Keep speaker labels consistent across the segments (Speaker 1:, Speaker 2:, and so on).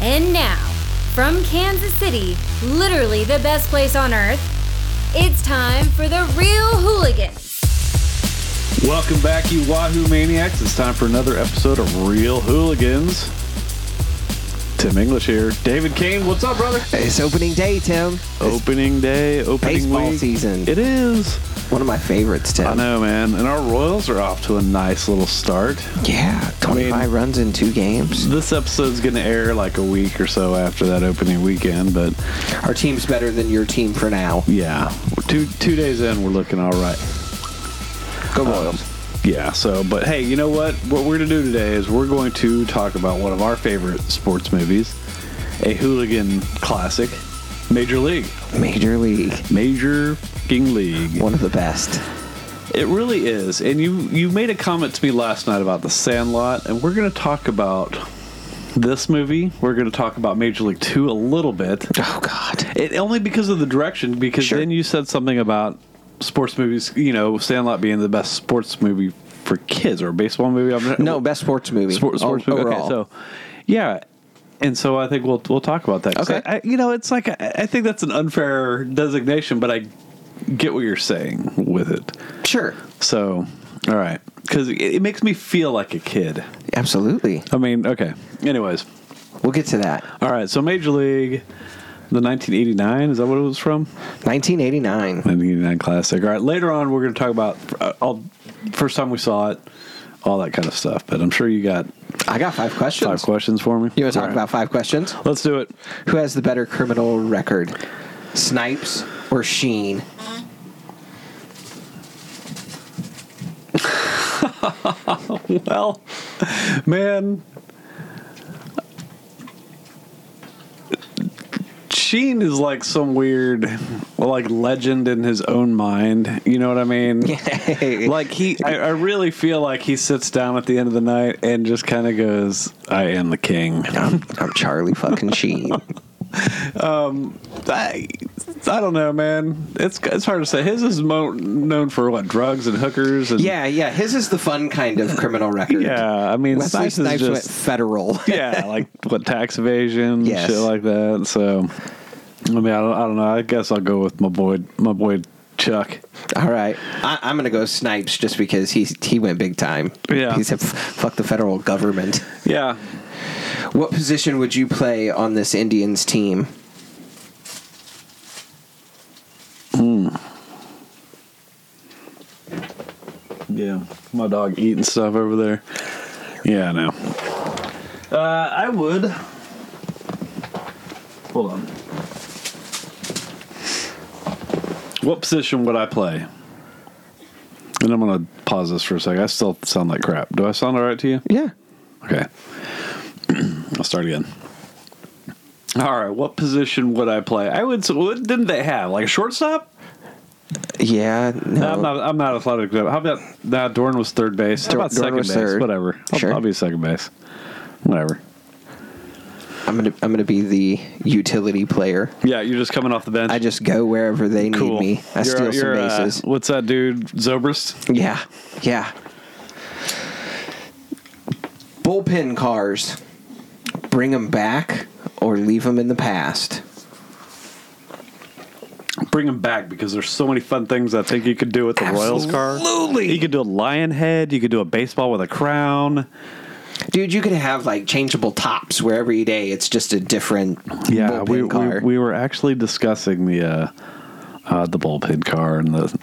Speaker 1: And now, from Kansas City, literally the best place on earth, it's time for the real hooligans.
Speaker 2: Welcome back, you Wahoo Maniacs. It's time for another episode of Real Hooligans. Tim English here. David Kane, what's up, brother?
Speaker 3: It's opening day, Tim.
Speaker 2: Opening day, opening
Speaker 3: Baseball
Speaker 2: week.
Speaker 3: season.
Speaker 2: It is.
Speaker 3: One of my favorites, Tim.
Speaker 2: I know, man. And our Royals are off to a nice little start.
Speaker 3: Yeah, 25
Speaker 2: I mean-
Speaker 3: runs in two games.
Speaker 2: This episode's going to air like a week or so after that opening weekend, but
Speaker 3: Our team's better than your team for now.
Speaker 2: yeah, we're two two days in, we're looking all right. Uh,
Speaker 3: Go Royals.
Speaker 2: Yeah, so, but hey, you know what? What we're going to do today is we're going to talk about one of our favorite sports movies, a hooligan classic, Major League.
Speaker 3: Major League.
Speaker 2: Major King League.
Speaker 3: One of the best.
Speaker 2: It really is. And you, you made a comment to me last night about The Sandlot, and we're going to talk about this movie. We're going to talk about Major League 2 a little bit.
Speaker 3: Oh, God.
Speaker 2: It only because of the direction. Because
Speaker 3: Sure.
Speaker 2: then you said something about sports movies. You know, Sandlot being the best sports movie for kids or a baseball movie. I'm not-
Speaker 3: No, best sports movie.
Speaker 2: Sport, sports
Speaker 3: o-
Speaker 2: movie.
Speaker 3: Overall.
Speaker 2: Okay, so yeah, and so I think we'll we'll talk about that. 'Cause
Speaker 3: Okay.
Speaker 2: I, I- you know, it's like I, I think that's an unfair designation, but I get what you're saying with it.
Speaker 3: Sure.
Speaker 2: So, all right, because it, it makes me feel like a kid.
Speaker 3: Absolutely.
Speaker 2: I mean, okay. Anyways,
Speaker 3: We'll get to that.
Speaker 2: all right. So Major League, the 1989 is that what it was from?
Speaker 3: 1989.
Speaker 2: 1989 classic. All right, later on we're going to talk about uh, all first time we saw it, all that kind of stuff. But I'm sure you got
Speaker 3: I got five questions.
Speaker 2: five questions for me.
Speaker 3: You want to talk
Speaker 2: All right.
Speaker 3: about five questions?
Speaker 2: Let's do it.
Speaker 3: Who has the better criminal record? Snipes or Sheen?
Speaker 2: Well, man. Sheen is like some weird, like legend in his own mind. You know what I mean? Like he, I, I really feel like he sits down at the end of the night and just kind of goes, "I am the king."
Speaker 3: I'm, I'm Charlie fucking Sheen.
Speaker 2: I, I don't know, man. It's it's hard to say. His is mo- known for what drugs and hookers and
Speaker 3: Yeah, yeah. His is the fun kind of criminal record.
Speaker 2: yeah. I mean,
Speaker 3: Wesley
Speaker 2: Snipes is
Speaker 3: Snipes went
Speaker 2: just
Speaker 3: federal.
Speaker 2: yeah, like what tax evasion,
Speaker 3: Yes.
Speaker 2: shit like that. So, I mean, I don't, I don't know. I guess I'll go with my boy, my boy Chuck.
Speaker 3: All right, I, I'm gonna go Snipes just because he he went big time.
Speaker 2: Yeah.
Speaker 3: he said "F- fuck the federal government.
Speaker 2: Yeah,
Speaker 3: What position would you play on this Indians team?
Speaker 2: yeah. My dog eating stuff over there. Yeah, I know. Uh, I would. Hold on. What position would I play? And I'm gonna pause this for a second. I still sound like crap. Do I sound all right to you?
Speaker 3: Yeah,
Speaker 2: Okay. I'll start again. All right, what position would I play? I would. so What didn't they have? Like a shortstop?
Speaker 3: yeah. No,
Speaker 2: No, I'm not. I'm not athletic. enough. How about nah, Dorn was third base. How
Speaker 3: Dor-
Speaker 2: about
Speaker 3: Dorn
Speaker 2: second
Speaker 3: was
Speaker 2: base?
Speaker 3: third.
Speaker 2: Whatever. I'll,
Speaker 3: Sure.
Speaker 2: I'll be second base. Whatever.
Speaker 3: I'm gonna I'm gonna be the utility player.
Speaker 2: Yeah, you're just coming off the bench.
Speaker 3: I just go wherever they need
Speaker 2: cool.
Speaker 3: me. I
Speaker 2: You're-
Speaker 3: steal some
Speaker 2: you're, uh,
Speaker 3: bases.
Speaker 2: what's that dude? Zobrist.
Speaker 3: yeah, yeah. Bullpen cars, bring them back or leave them in the past.
Speaker 2: Bring him back because there's so many fun things I think you could do with the Royals car.
Speaker 3: Absolutely.
Speaker 2: You could do a lion head. You could do a baseball with a crown.
Speaker 3: Dude, you could have like changeable tops where every day it's just a different
Speaker 2: Yeah,
Speaker 3: bullpen
Speaker 2: we, we
Speaker 3: car.
Speaker 2: we were actually discussing the uh, uh, the bullpen car and the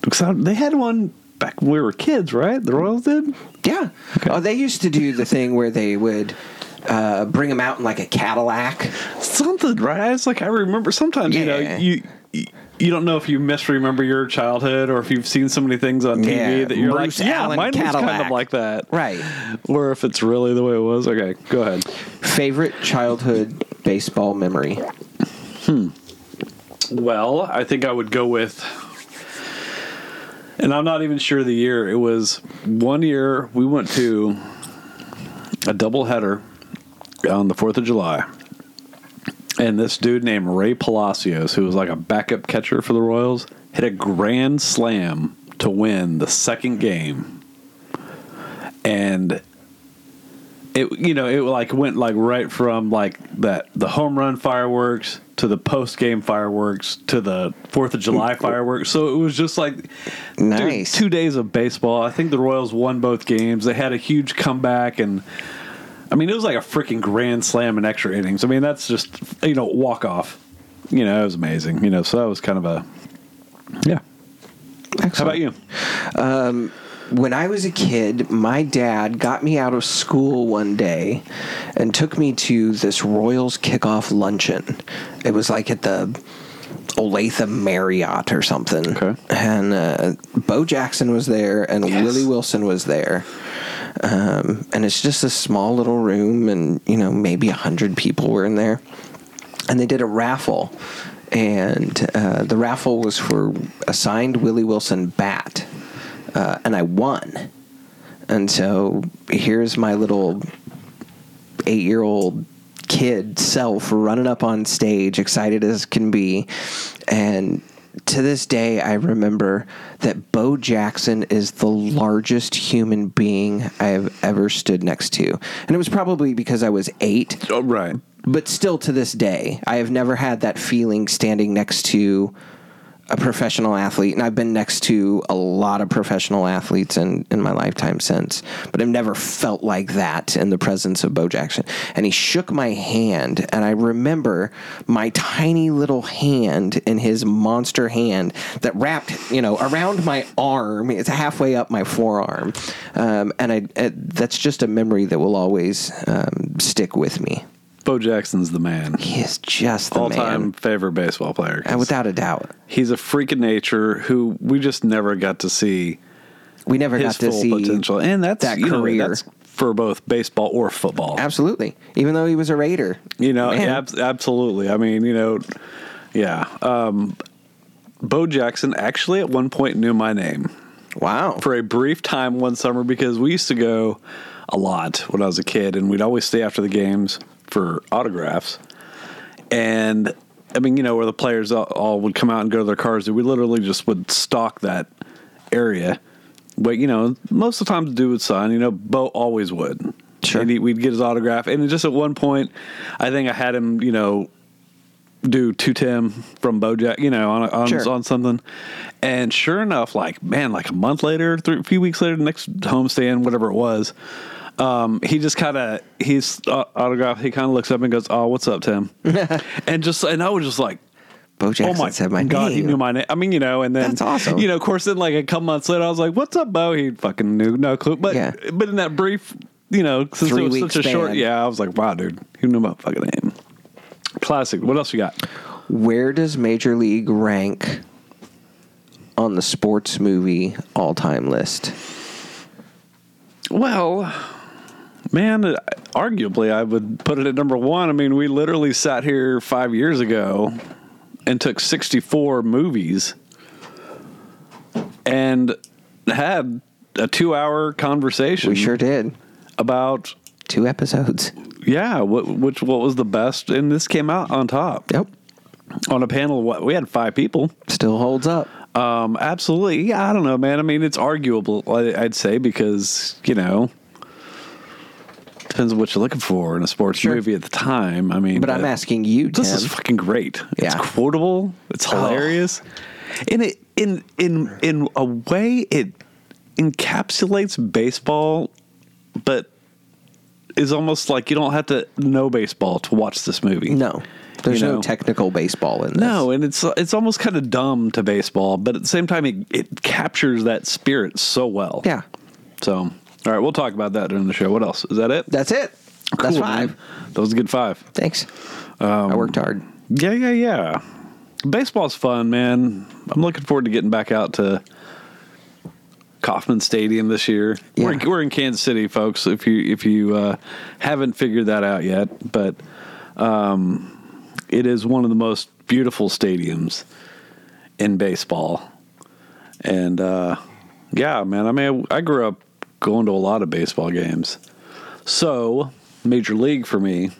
Speaker 2: because I- they had one back when we were kids, right? The Royals did.
Speaker 3: yeah. Oh, they used to do the thing where they would uh, bring them out in like a Cadillac.
Speaker 2: something right it's like i remember sometimes you know
Speaker 3: Yeah.
Speaker 2: you you- you don't know if you misremember your childhood or if you've seen so many things on tv
Speaker 3: Yeah,
Speaker 2: that you're
Speaker 3: Bruce
Speaker 2: like yeah
Speaker 3: Allen
Speaker 2: mine was kind of
Speaker 3: Cadillac.
Speaker 2: like that
Speaker 3: Right.
Speaker 2: or if it's really the way it was okay go ahead
Speaker 3: Favorite childhood baseball memory?
Speaker 2: well i think i would go with and i'm not even sure the year it was one year we went to a double header on the 4th of july And this dude named Ray Palacios, who was like a backup catcher for the Royals, hit a grand slam to win the second game. And it you know it like went like right from like that the home run fireworks to the post game fireworks to the Fourth of July fireworks. So it was just like dude,
Speaker 3: Nice.
Speaker 2: two days of baseball. I think the Royals won both games. They had a huge comeback and. I mean, it was like a freaking grand slam in extra innings. I mean, that's just you know walk off. You know, it was amazing. You know, so that was kind of a yeah. How about you?
Speaker 3: when I was a kid, my dad got me out of school one day and took me to this Royals kickoff luncheon. It was like at the Olathe Marriott or something.
Speaker 2: Okay.
Speaker 3: And uh, Bo Jackson was there and
Speaker 2: Yes.
Speaker 3: Willie Wilson was there. Um, and it's just a small little room, and, you know, maybe 100 people were in there and they did a raffle, and uh, the raffle was for a signed Willie Wilson bat, uh, and I won. And so here's my little eight year old kid self running up on stage, excited as can be. And to this day, I remember that Bo Jackson is the largest human being I have ever stood next to. And it was probably because I was eight
Speaker 2: Oh, right.
Speaker 3: but still to this day, I have never had that feeling standing next to a professional athlete. And I've been next to a lot of professional athletes in, in my lifetime since, but I've never felt like that in the presence of Bo Jackson. And he shook my hand, and I remember my tiny little hand in his monster hand that wrapped, you know, around my arm. It's halfway up my forearm. Um, and I, uh that's just a memory that will always um, stick with me.
Speaker 2: Bo Jackson's the man.
Speaker 3: He is just the
Speaker 2: All
Speaker 3: man.
Speaker 2: time favorite baseball player.
Speaker 3: Uh, without a doubt.
Speaker 2: He's a freak of nature who we just never got to see
Speaker 3: We never
Speaker 2: his
Speaker 3: got to
Speaker 2: full
Speaker 3: see
Speaker 2: potential, and that's
Speaker 3: that
Speaker 2: you know,
Speaker 3: career.
Speaker 2: that's for both baseball or football.
Speaker 3: Absolutely. Even though he was a Raider.
Speaker 2: You know,
Speaker 3: Man.
Speaker 2: ab- absolutely. I mean, you know, yeah. Um, Bo Jackson actually at one point knew my name
Speaker 3: Wow.
Speaker 2: for a brief time one summer because we used to go a lot when I was a kid, and we'd always stay after the games for autographs. And I mean, you know, where the players all- all would come out and go to their cars, and we literally just would stalk that area. But you know, most of the time the dude would sign. You know, Bo always would.
Speaker 3: Sure.
Speaker 2: And he, we'd get his autograph, and just at one point, I think I had him. You know, do two Tim from BoJack, you know, on on,
Speaker 3: Sure.
Speaker 2: on something. And sure enough, like man, like a month later, three, a few weeks later, the next homestand, whatever it was, um, he just kind of he's uh, autograph. He kind of looks up and goes, "Oh, what's up, Tim?" and just and I was just like.
Speaker 3: Bo Jackson
Speaker 2: oh my
Speaker 3: said my
Speaker 2: god,
Speaker 3: name.
Speaker 2: he knew my name. I mean, you know, and then
Speaker 3: That's awesome.
Speaker 2: You know, of course, then like a couple months later, I was like, "What's up, Bo?" He fucking knew, no clue. But
Speaker 3: Yeah.
Speaker 2: but in that brief, you know, since
Speaker 3: Three
Speaker 2: it was
Speaker 3: week
Speaker 2: such a short,
Speaker 3: span.
Speaker 2: yeah, I was like, "Wow, dude, he knew my fucking name." Classic. What else you got?
Speaker 3: Where does Major League rank on the sports movie all time list?
Speaker 2: Well, man, arguably I would put it at number one. I mean, we literally sat here five years ago and took 64 movies and had a two hour conversation
Speaker 3: We sure did.
Speaker 2: about,
Speaker 3: Two episodes.
Speaker 2: yeah, what, which, what was the best. And this came out on top
Speaker 3: Yep.
Speaker 2: on a panel. of What we had five people.
Speaker 3: Still holds up.
Speaker 2: Um, absolutely. Yeah, I don't know, man. I mean, it's arguable, I- I'd say, because, you know, depends on what you're looking for in a sports
Speaker 3: Sure.
Speaker 2: movie at the time. I mean, uh,
Speaker 3: But I'm asking you,
Speaker 2: This
Speaker 3: Tim.
Speaker 2: is fucking great. It's
Speaker 3: Yeah. Oh.
Speaker 2: quotable. It's hilarious. And it, in, in, in a way, it encapsulates baseball, but is almost like you don't have to know baseball to watch this movie.
Speaker 3: no. There's
Speaker 2: You
Speaker 3: no
Speaker 2: know.
Speaker 3: technical baseball in this.
Speaker 2: No, and it's it's almost kind of dumb to baseball, but at the same time, it, it captures that spirit so well.
Speaker 3: Yeah.
Speaker 2: So, all right, we'll talk about that during the show. What else is that? It
Speaker 3: That's it. That's
Speaker 2: Cool, man.
Speaker 3: five.
Speaker 2: Um, That was a good five.
Speaker 3: Thanks. I worked hard.
Speaker 2: Yeah, yeah, yeah. Baseball's fun, man. I'm looking forward to getting back out to Kauffman Stadium this year. We're,
Speaker 3: Yeah.
Speaker 2: we're in Kansas City, folks. If you if you uh, haven't figured that out yet, but um, it is one of the most beautiful stadiums in baseball. And uh, yeah, man. I mean, I grew up going to a lot of baseball games, so Major League for me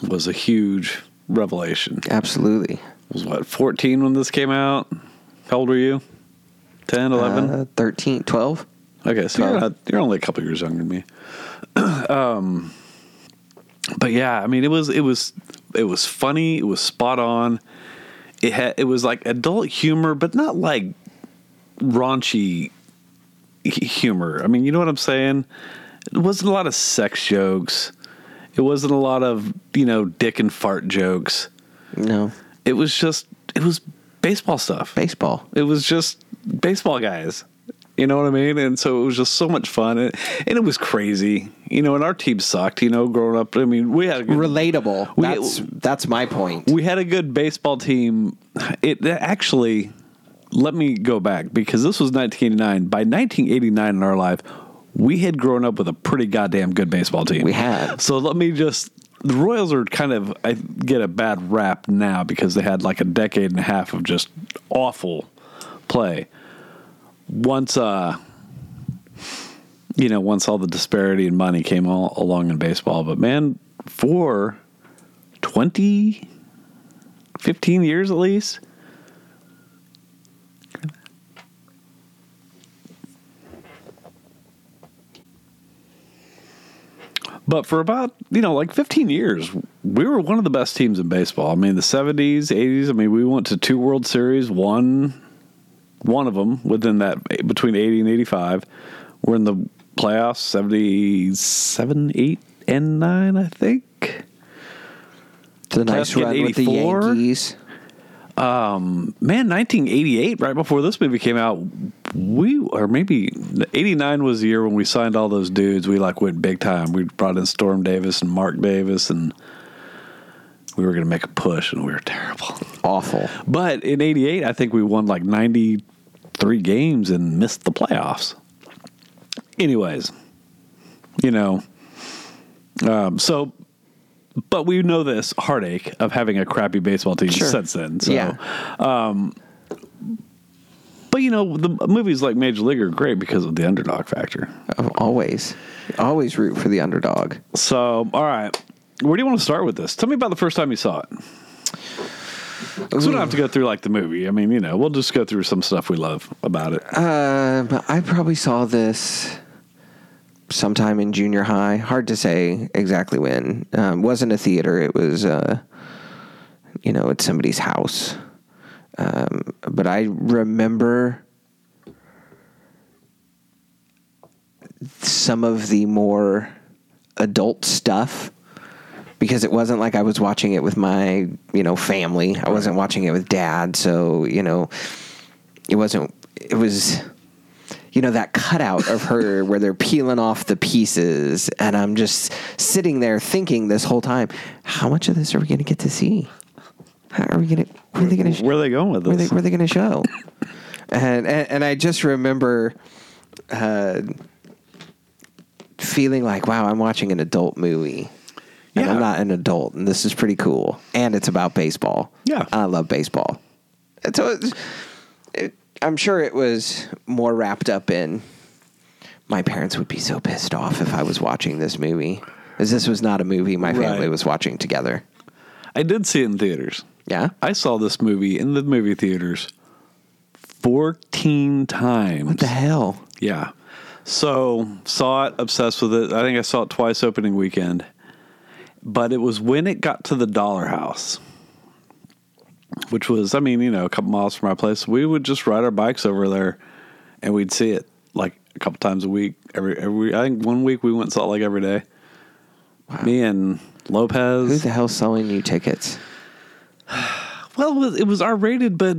Speaker 2: was a huge revelation.
Speaker 3: Absolutely.
Speaker 2: I was what 14 when this came out? How old were you? 10, 11?
Speaker 3: Uh, 13, 12.
Speaker 2: okay, so you're,
Speaker 3: twelve.
Speaker 2: not, you're only a couple years younger than me. Um, but yeah, I mean, it was it was it was funny. It was spot on. It had it was like adult humor, but not like raunchy h- humor. I mean, you know what I'm saying? It wasn't a lot of sex jokes. It wasn't a lot of you know dick and fart jokes.
Speaker 3: No,
Speaker 2: It was just it was baseball stuff.
Speaker 3: baseball.
Speaker 2: It was just baseball guys. You know what I mean? And so it was just so much fun. And, and it was crazy. You know, and our team sucked, you know, growing up. I mean, we had a good,
Speaker 3: Relatable.
Speaker 2: We-
Speaker 3: that's that's my point.
Speaker 2: we had a good baseball team. It that actually let me go back because this was 1989. By 1989 in our life, we had grown up with a pretty goddamn good baseball team.
Speaker 3: We had.
Speaker 2: So let me just the Royals are kind of I get a bad rap now because they had like a decade and a half of just awful play. Once uh you know, once all the disparity in money came all along in baseball, but man, for 20 15 years at least. But for about, you know, like 15 years, we were one of the best teams in baseball. I mean, the 70s, 80s, I mean, we went to two World Series, one one of them within that between 80 and 85. We're in the playoffs 77, 8 and 9, I think.
Speaker 3: The
Speaker 2: Playoff
Speaker 3: nice
Speaker 2: game
Speaker 3: run with the
Speaker 2: 84?
Speaker 3: Yankees.
Speaker 2: man 1988 right before this movie came out we or maybe 89 was the year when we signed all those dudes we like went big time we brought in storm davis and mark davis and we were going to make a push and we were terrible
Speaker 3: Awful.
Speaker 2: but in 88 i think we won like 93 games and missed the playoffs anyways you know um, so but we know this heartache of having a crappy baseball team
Speaker 3: Sure.
Speaker 2: since then so
Speaker 3: Yeah.
Speaker 2: But you know, the movies like Major League are great because of the underdog factor.
Speaker 3: Um, Always, always root for the underdog.
Speaker 2: So, all right, where do you want to start with this? Tell me about the first time you saw it. 'Cause we don't have to go through like the movie. I mean, you know, we'll just go through some stuff we love about it.
Speaker 3: Um, I probably saw this sometime in junior high. Hard to say exactly when. Um, wasn't a theater. It was, uh, you know, at somebody's house. Um, but I remember some of the more adult stuff because it wasn't like I was watching it with my, you know, family. I wasn't watching it with dad. So, you know, it wasn't it was you know that cutout of her where they're peeling off the pieces and i'm just sitting there thinking this whole time how much of this are we going to get to see how are we going to where are they going to
Speaker 2: Where are they going with
Speaker 3: where they,
Speaker 2: this?
Speaker 3: where they going to show? and, and and I just remember uh, feeling like, wow, I'm watching an adult movie. And
Speaker 2: Yeah.
Speaker 3: I'm not an adult, and this is pretty cool. And it's about baseball.
Speaker 2: Yeah.
Speaker 3: I love baseball. And so it's, it, I'm sure it was more wrapped up in my parents would be so pissed off if I was watching this movie. As this was not a movie my family
Speaker 2: Right.
Speaker 3: was watching together.
Speaker 2: I did see it in theaters.
Speaker 3: Yeah.
Speaker 2: I saw this movie in the movie theaters 14 times.
Speaker 3: What the hell?
Speaker 2: Yeah. So saw it, obsessed with it. I think I saw it twice opening weekend. But it was when it got to the dollar house. Which was, I mean, you know, a couple miles from my place. We would just ride our bikes over there and we'd see it like a couple times a week. Every every I think one week we went and saw it like every day. Me and Lopez.
Speaker 3: Who the hell's selling you tickets?
Speaker 2: Well, it was, it was R rated, but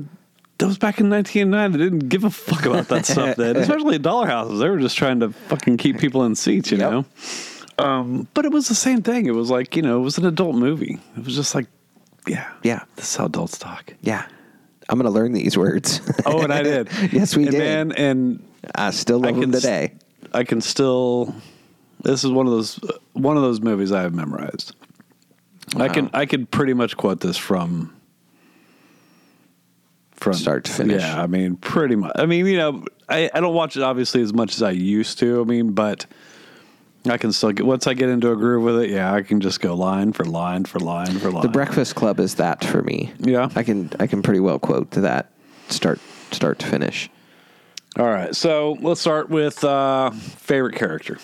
Speaker 2: that was back in 1909. They didn't give a fuck about that stuff then, especially at dollar houses. They were just trying to fucking keep people in seats, you
Speaker 3: Yep.
Speaker 2: know? Um, but it was the same thing. It was like, you know, it was an adult movie. It was just like, yeah.
Speaker 3: Yeah.
Speaker 2: This is how adults talk.
Speaker 3: Yeah. I'm going to learn these words.
Speaker 2: Oh, and I did.
Speaker 3: Yes, we
Speaker 2: and
Speaker 3: did.
Speaker 2: Man, and
Speaker 3: I still love them
Speaker 2: s-
Speaker 3: today.
Speaker 2: I can still. This is one of those one of those movies I have memorized. I can
Speaker 3: Wow.
Speaker 2: I could pretty much quote this from from
Speaker 3: Start to finish.
Speaker 2: Yeah, I mean, pretty much. I mean, you know, I, I don't watch it obviously as much as I used to. I mean, but I can still get once I get into a groove with it. Yeah, I can just go line for line for line for line.
Speaker 3: The Breakfast Club is that for me.
Speaker 2: Oh. Yeah.
Speaker 3: I can I can pretty well quote to that start start to finish.
Speaker 2: All right, so let's start with uh, favorite character.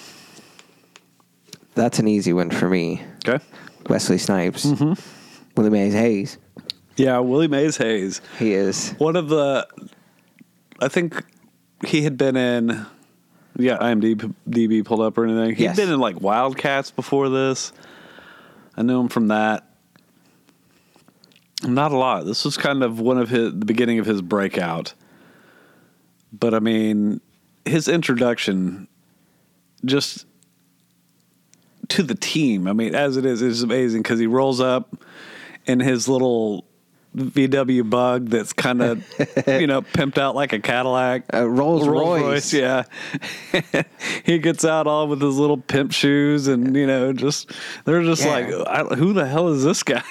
Speaker 3: That's an easy one for me.
Speaker 2: Okay.
Speaker 3: Wesley Snipes,
Speaker 2: Mm-hmm.
Speaker 3: Willie Mays Hayes.
Speaker 2: Yeah, Willie Mays Hayes.
Speaker 3: He is.
Speaker 2: One of the, I think he had been in, yeah, IMDb pulled up or anything. he had
Speaker 3: Yes.
Speaker 2: been in like Wildcats before this. I knew him from that. Not a lot. This was kind of one of his the beginning of his breakout. But I mean, his introduction, just to the team. I mean, as it is, it's amazing because he rolls up in his little VW bug that's kind of you know pimped out like a Cadillac,
Speaker 3: Uh, Rolls Royce.
Speaker 2: Yeah, he gets out all with his little pimp shoes, and you know, just they're just
Speaker 3: Yeah.
Speaker 2: like, I, who the hell is this guy?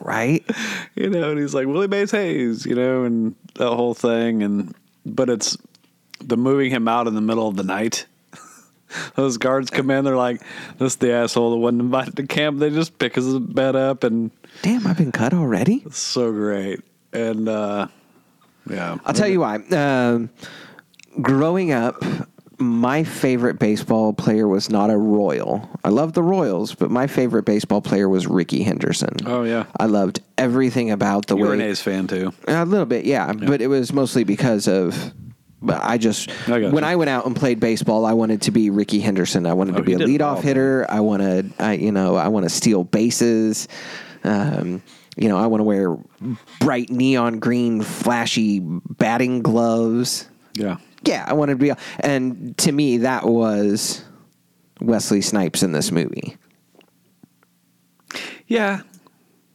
Speaker 3: Right?
Speaker 2: you know, and he's like Willie Mays Hayes, you know, and that whole thing, and but it's the moving him out in the middle of the night. Those guards come in, they're like, "This is the asshole that wasn't invited to camp." They just pick his bed up, and
Speaker 3: Damn, I've been cut already?
Speaker 2: it's so great. And uh, yeah,
Speaker 3: I'll tell you why. Um, growing up, my favorite baseball player was not a Royal. I loved the Royals, but my favorite baseball player was Ricky Henderson.
Speaker 2: Oh, yeah.
Speaker 3: I loved everything about the
Speaker 2: you were
Speaker 3: way
Speaker 2: an A's fan too.
Speaker 3: a little bit, yeah, but it was mostly because of. But I just
Speaker 2: I got
Speaker 3: when
Speaker 2: you.
Speaker 3: I went out and played baseball, I wanted to be Ricky Henderson. I wanted
Speaker 2: Oh,
Speaker 3: to be
Speaker 2: he
Speaker 3: a
Speaker 2: did
Speaker 3: leadoff
Speaker 2: well.
Speaker 3: hitter. I wanted, I you know, I want to steal bases. Um, you know, I want to wear bright neon green, flashy batting gloves.
Speaker 2: Yeah,
Speaker 3: Yeah, I wanted to be. And to me, that was Wesley Snipes in this movie.
Speaker 2: yeah,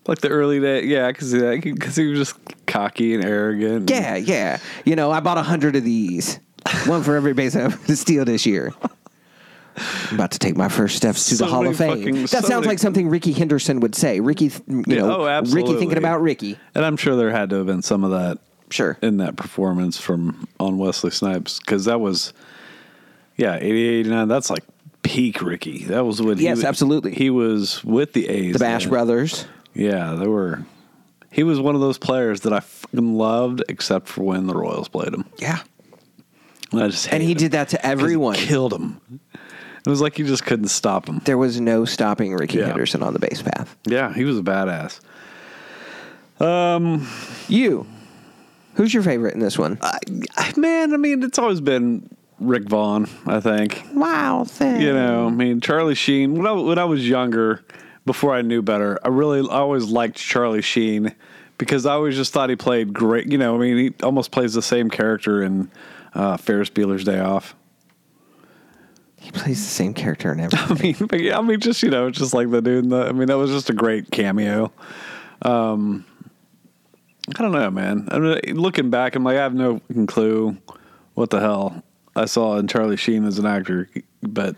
Speaker 2: like the early day. Yeah, because because he was just cocky and arrogant.
Speaker 3: Yeah, yeah. You know, I bought a hundred of these. One for every base I have to steal this year. I'm about to take my first steps to
Speaker 2: So
Speaker 3: the Hall
Speaker 2: many
Speaker 3: of Fame.
Speaker 2: fucking-
Speaker 3: that
Speaker 2: so
Speaker 3: sounds
Speaker 2: many-
Speaker 3: like something Ricky Henderson would say. Ricky, th- you
Speaker 2: Yeah,
Speaker 3: know,
Speaker 2: oh,
Speaker 3: Ricky
Speaker 2: absolutely.
Speaker 3: thinking about Ricky.
Speaker 2: and I'm sure there had to have been some of that
Speaker 3: Sure.
Speaker 2: in that performance from on Wesley Snipes because that was, yeah, 88, 89. That's like peak Ricky. That was when
Speaker 3: Yes,
Speaker 2: was-
Speaker 3: absolutely.
Speaker 2: He was with the A's,
Speaker 3: The Bash
Speaker 2: then.
Speaker 3: Brothers.
Speaker 2: Yeah, they were. He was one of those players that I fucking loved, except for when the Royals played him.
Speaker 3: Yeah.
Speaker 2: And I just
Speaker 3: And he
Speaker 2: hated him
Speaker 3: did that to
Speaker 2: 'cause he
Speaker 3: everyone.
Speaker 2: killed him. It was like you just couldn't stop him.
Speaker 3: There was no stopping Ricky
Speaker 2: Yeah.
Speaker 3: Henderson on the base path.
Speaker 2: Yeah, he was a badass.
Speaker 3: You. Who's your favorite in this one?
Speaker 2: Uh, I- Man, I mean, it's always been Rick Vaughn. I think
Speaker 3: wow, thanks.
Speaker 2: you know, I mean, Charlie Sheen. When I when I was younger, before I knew better, I really I always liked Charlie Sheen because I always just thought he played great. You know, I mean, he almost plays the same character in uh, Ferris Bueller's Day Off.
Speaker 3: He plays the same character in every.
Speaker 2: I mean, but yeah, I mean, just you know, just like the dude. In the, I mean, that was just a great cameo. Um, I don't know, man. I mean, looking back, I'm like, I have no fucking clue what the hell I saw in Charlie Sheen as an actor. But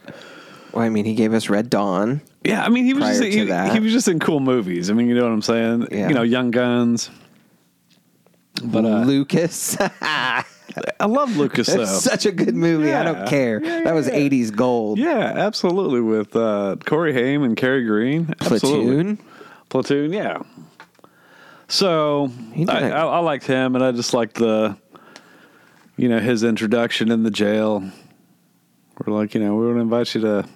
Speaker 3: well, I mean, he gave us Red Dawn.
Speaker 2: yeah, I mean, he was
Speaker 3: Prior
Speaker 2: just,
Speaker 3: to
Speaker 2: he,
Speaker 3: that.
Speaker 2: he was just in cool movies. I mean, you know what I'm saying?
Speaker 3: Yeah.
Speaker 2: You know, Young Guns. But uh,
Speaker 3: Lucas.
Speaker 2: I love Lucas though.
Speaker 3: That's such a good movie. I
Speaker 2: Yeah.
Speaker 3: don't care. that was 80s gold.
Speaker 2: yeah, absolutely. With uh, Corey Haim and Cary Green. Absolutely.
Speaker 3: Platoon.
Speaker 2: Platoon, yeah. So
Speaker 3: He did
Speaker 2: I,
Speaker 3: it.
Speaker 2: I, I liked him, and I just liked the, you know, his introduction in the jail. We're like, you know, we want to invite you to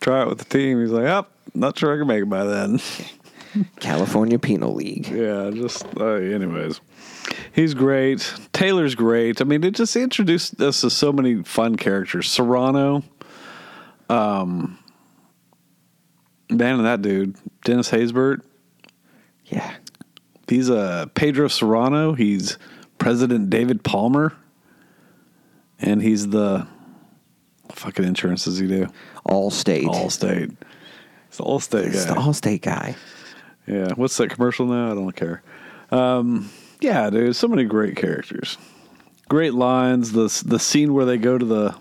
Speaker 2: try it with the team. He's like, oh, not sure I can make it by then.
Speaker 3: California Penal League.
Speaker 2: yeah, just uh, anyways, he's great. Taylor's great. I mean, it just introduced us to so many fun characters. Serrano, um, man, and that dude, Dennis Haysbert.
Speaker 3: Yeah.
Speaker 2: He's uh, Pedro Serrano. He's President David Palmer, and he's the what fucking insurance does he do?
Speaker 3: All state.
Speaker 2: Allstate. He's the Allstate
Speaker 3: It's
Speaker 2: guy.
Speaker 3: the all state guy.
Speaker 2: yeah. What's that commercial now? I don't care. Um, yeah, dude. So many great characters. Great lines. The the scene where they go to the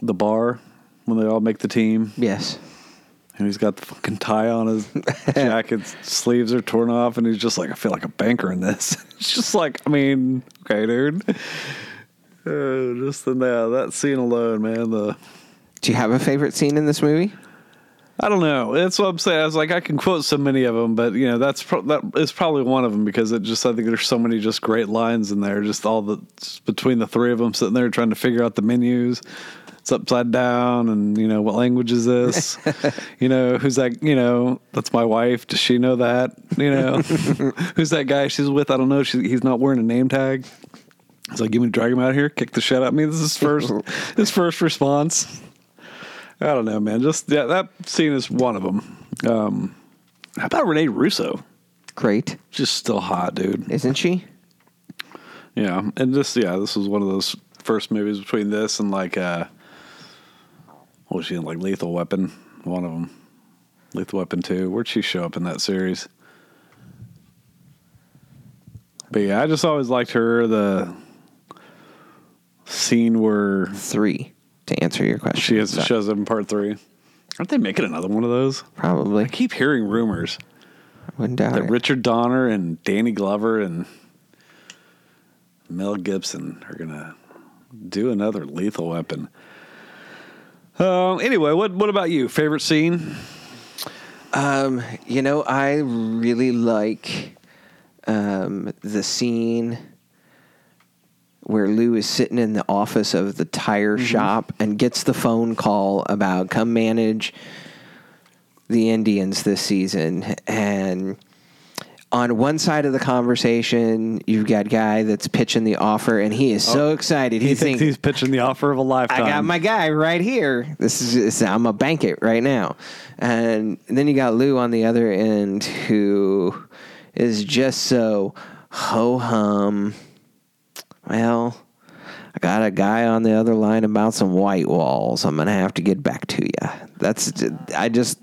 Speaker 2: the bar when they all make the team.
Speaker 3: Yes.
Speaker 2: And he's got the fucking tie on his jacket. sleeves are torn off, and he's just like, I feel like a banker in this. It's just like, I mean, okay, dude. Uh, just the now that scene alone, man. The
Speaker 3: Do you have a favorite scene in this movie?
Speaker 2: I don't know. That's what I'm saying. I was like, I can quote so many of them, but you know, that's pro- that is probably one of them because it just I think there's so many just great lines in there. Just all the just between the three of them sitting there trying to figure out the menus. it's upside down and you know what language is this you know who's that you know that's my wife does she know that you know who's that guy she's with i don't know she, he's not wearing a name tag it's like you want to drag him out here kick the shit out of me this is his first his first response i don't know man just yeah that scene is one of them um how about renee russo
Speaker 3: Great,
Speaker 2: just still hot dude
Speaker 3: isn't she?
Speaker 2: yeah, and this yeah, this was one of those first movies between this and like uh what was she in like Lethal Weapon, one of them. Lethal Weapon 2. Where'd she show up in that series? But yeah, I just always liked her the scene where
Speaker 3: Three to answer your question.
Speaker 2: she has
Speaker 3: Sorry.
Speaker 2: shows up in part 3. Aren't they making another one of those?
Speaker 3: Probably.
Speaker 2: I keep hearing rumors
Speaker 3: Wouldn't doubt
Speaker 2: that
Speaker 3: it.
Speaker 2: Richard Donner and Danny Glover and Mel Gibson are gonna do another Lethal Weapon. Um. Anyway, what what about you? Favorite scene?
Speaker 3: Um, you know, I really like um, the scene where Lou is sitting in the office of the tire
Speaker 2: Mm-hmm.
Speaker 3: shop and gets the phone call about come manage the Indians this season. And on one side of the conversation, you've got guy that's pitching the offer, and he is so excited.
Speaker 2: Oh,
Speaker 3: He,
Speaker 2: He thinks he's
Speaker 3: thinks
Speaker 2: pitching the offer of a lifetime.
Speaker 3: I got my guy right here. This is this- I'm a bank it right now. And then you got Lou on the other end who is just so ho hum. Well, I got a guy on the other line about some white walls. I'm gonna have to get back to you. That's I just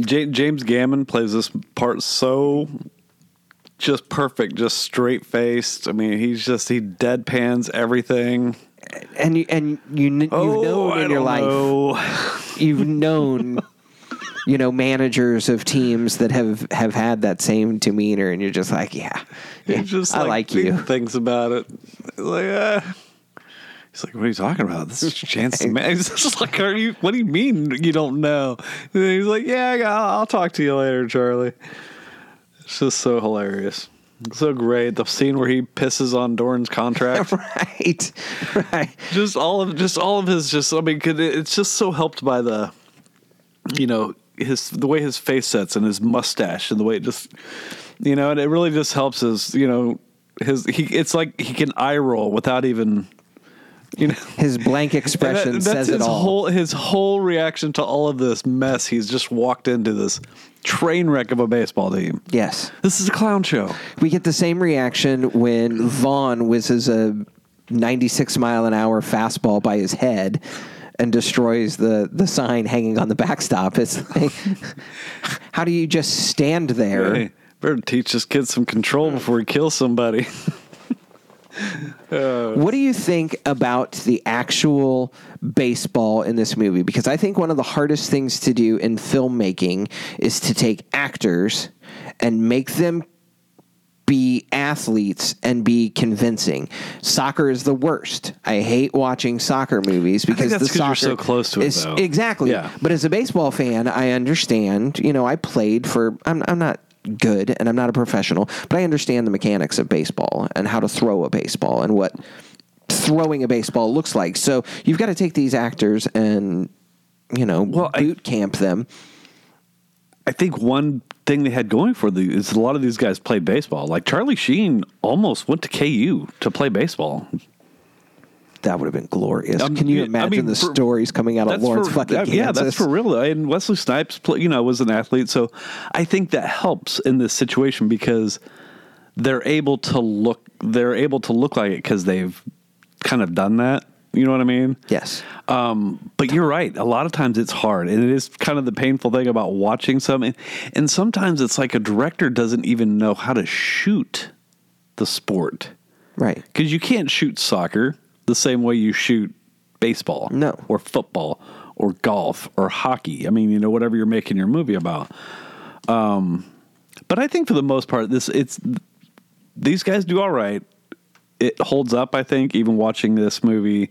Speaker 2: J- James Gammon plays this part so just perfect, just straight faced. I mean, he's just he deadpans everything.
Speaker 3: and you and you kn- you've
Speaker 2: Oh,
Speaker 3: known in your life
Speaker 2: life.
Speaker 3: you've known you know managers of teams that have have had that same demeanor and you're just like yeah, yeah,
Speaker 2: He's just
Speaker 3: i like, you
Speaker 2: Thinks about it. He's like, uh, he's like, what are you talking about? This is Chance the Man. He's just like, are you? What do you mean you don't know? And then he's like, yeah, I'll, I'll talk to you later, Charlie. It's just so hilarious. So great. The scene where he pisses on Dorn's contract.
Speaker 3: right right
Speaker 2: just all of just all of his just I mean 'cause it- it's just so helped by the you know his the way his face sets and his mustache and the way it just you know and it really just helps his you know his he it's like he can eye roll without even you know
Speaker 3: his blank
Speaker 2: and that-
Speaker 3: expression
Speaker 2: that's
Speaker 3: says
Speaker 2: his
Speaker 3: it all
Speaker 2: whole his whole reaction to all of this mess he's just walked into this train wreck of a baseball team
Speaker 3: yes
Speaker 2: this is a clown show
Speaker 3: we get the same reaction when vaughn whizzes a 96 mile an hour fastball by his head and destroys the the sign hanging on the backstop it's like how do you just stand there
Speaker 2: Hey, better teach this kid some control before he kills somebody
Speaker 3: What do you think about the actual baseball in this movie? Because I think one of the hardest things to do in filmmaking is to take actors and make them be athletes and be convincing. Soccer is the worst. I hate watching soccer movies because
Speaker 2: that's
Speaker 3: the
Speaker 2: 'cause you're
Speaker 3: soccer
Speaker 2: so close to it,
Speaker 3: is-
Speaker 2: though.
Speaker 3: Exactly.
Speaker 2: Yeah.
Speaker 3: But as a baseball fan, I understand. You know, I played for. I'm, I'm not good, and I'm not a professional, but I understand the mechanics of baseball and how to throw a baseball and what throwing a baseball looks like. So you've got to take these actors and you know
Speaker 2: I-
Speaker 3: boot camp them.
Speaker 2: I think one thing they had going for the is a lot of these guys played baseball. Like Charlie Sheen almost went to KU to play baseball.
Speaker 3: That would have been glorious.
Speaker 2: Um,
Speaker 3: Can
Speaker 2: yeah,
Speaker 3: you
Speaker 2: I
Speaker 3: imagine
Speaker 2: mean,
Speaker 3: the
Speaker 2: for-
Speaker 3: stories coming out of Lawrence
Speaker 2: for,
Speaker 3: fucking
Speaker 2: that-
Speaker 3: Kansas?
Speaker 2: yeah, that's for real. though. And Wesley Snipes, play, you know, was an athlete, so I think that helps in this situation because they're able to look they're able to look like it because they've kind of done that. You know what I mean?
Speaker 3: Yes.
Speaker 2: Um, but you're right. A lot of times it's hard, and it is kind of the painful thing about watching something. And sometimes it's like a director doesn't even know how to shoot the sport
Speaker 3: Right.
Speaker 2: because you can't shoot soccer the same way you shoot baseball,
Speaker 3: No.
Speaker 2: or football, or golf, or hockey. I mean, you know, whatever you're making your movie about. Um, but I think for the most part, this it's these guys do all right. It holds up, I think, even watching this movie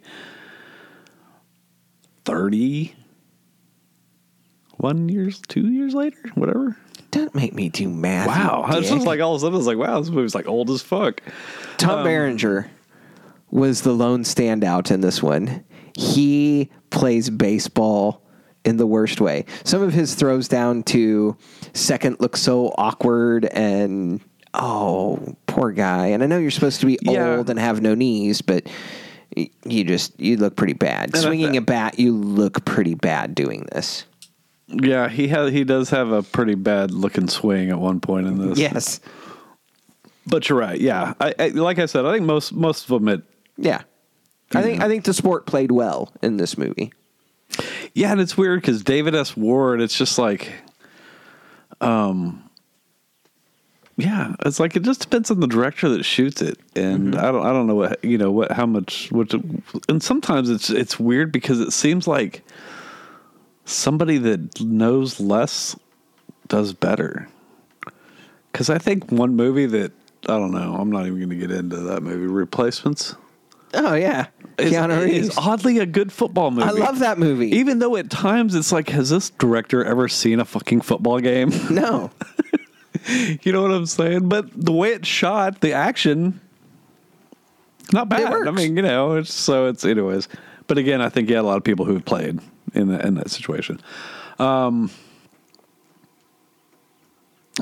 Speaker 2: 31 years, two years later, whatever.
Speaker 3: Don't make me do math.
Speaker 2: Wow.
Speaker 3: you
Speaker 2: It's just
Speaker 3: dick.
Speaker 2: like all of a sudden, it's like, wow, this movie's like old as fuck.
Speaker 3: Um, Tom Berenger was the lone standout in this one. he plays baseball in the worst way. Some of his throws down to second look so awkward and oh, poor guy. And I know you're supposed to be
Speaker 2: Yeah.
Speaker 3: old and have no knees, but y- you just you look pretty bad.
Speaker 2: I-
Speaker 3: Swinging a bat, you look pretty bad doing this.
Speaker 2: Yeah, he has. He does have a pretty bad looking swing at one point in this.
Speaker 3: Yes.
Speaker 2: but you're right. Yeah, I, I like I said, I think most most of them. It,
Speaker 3: Yeah. I think I think the sport played well in this movie.
Speaker 2: yeah, and it's weird because David S. Ward. It's just like, um, yeah, it's like it just depends on the director that shoots it, and
Speaker 3: Mm-hmm.
Speaker 2: I don't I don't know what you know what how much what, and sometimes it's it's weird because it seems like somebody that knows less does better. Because I think one movie that I don't know, I'm not even going to get into that movie. Replacements.
Speaker 3: Oh yeah.
Speaker 2: is,
Speaker 3: Keanu Reeves.
Speaker 2: is oddly a good football movie.
Speaker 3: I love that movie.
Speaker 2: Even though at times it's like, has this director ever seen a fucking football game?
Speaker 3: no.
Speaker 2: you know what I'm saying? But the way it's shot, the action, not bad. I
Speaker 3: works.
Speaker 2: mean, you know, it's, so it's anyways. But again, I think yeah, a lot of people who've played in the, in that situation. Um.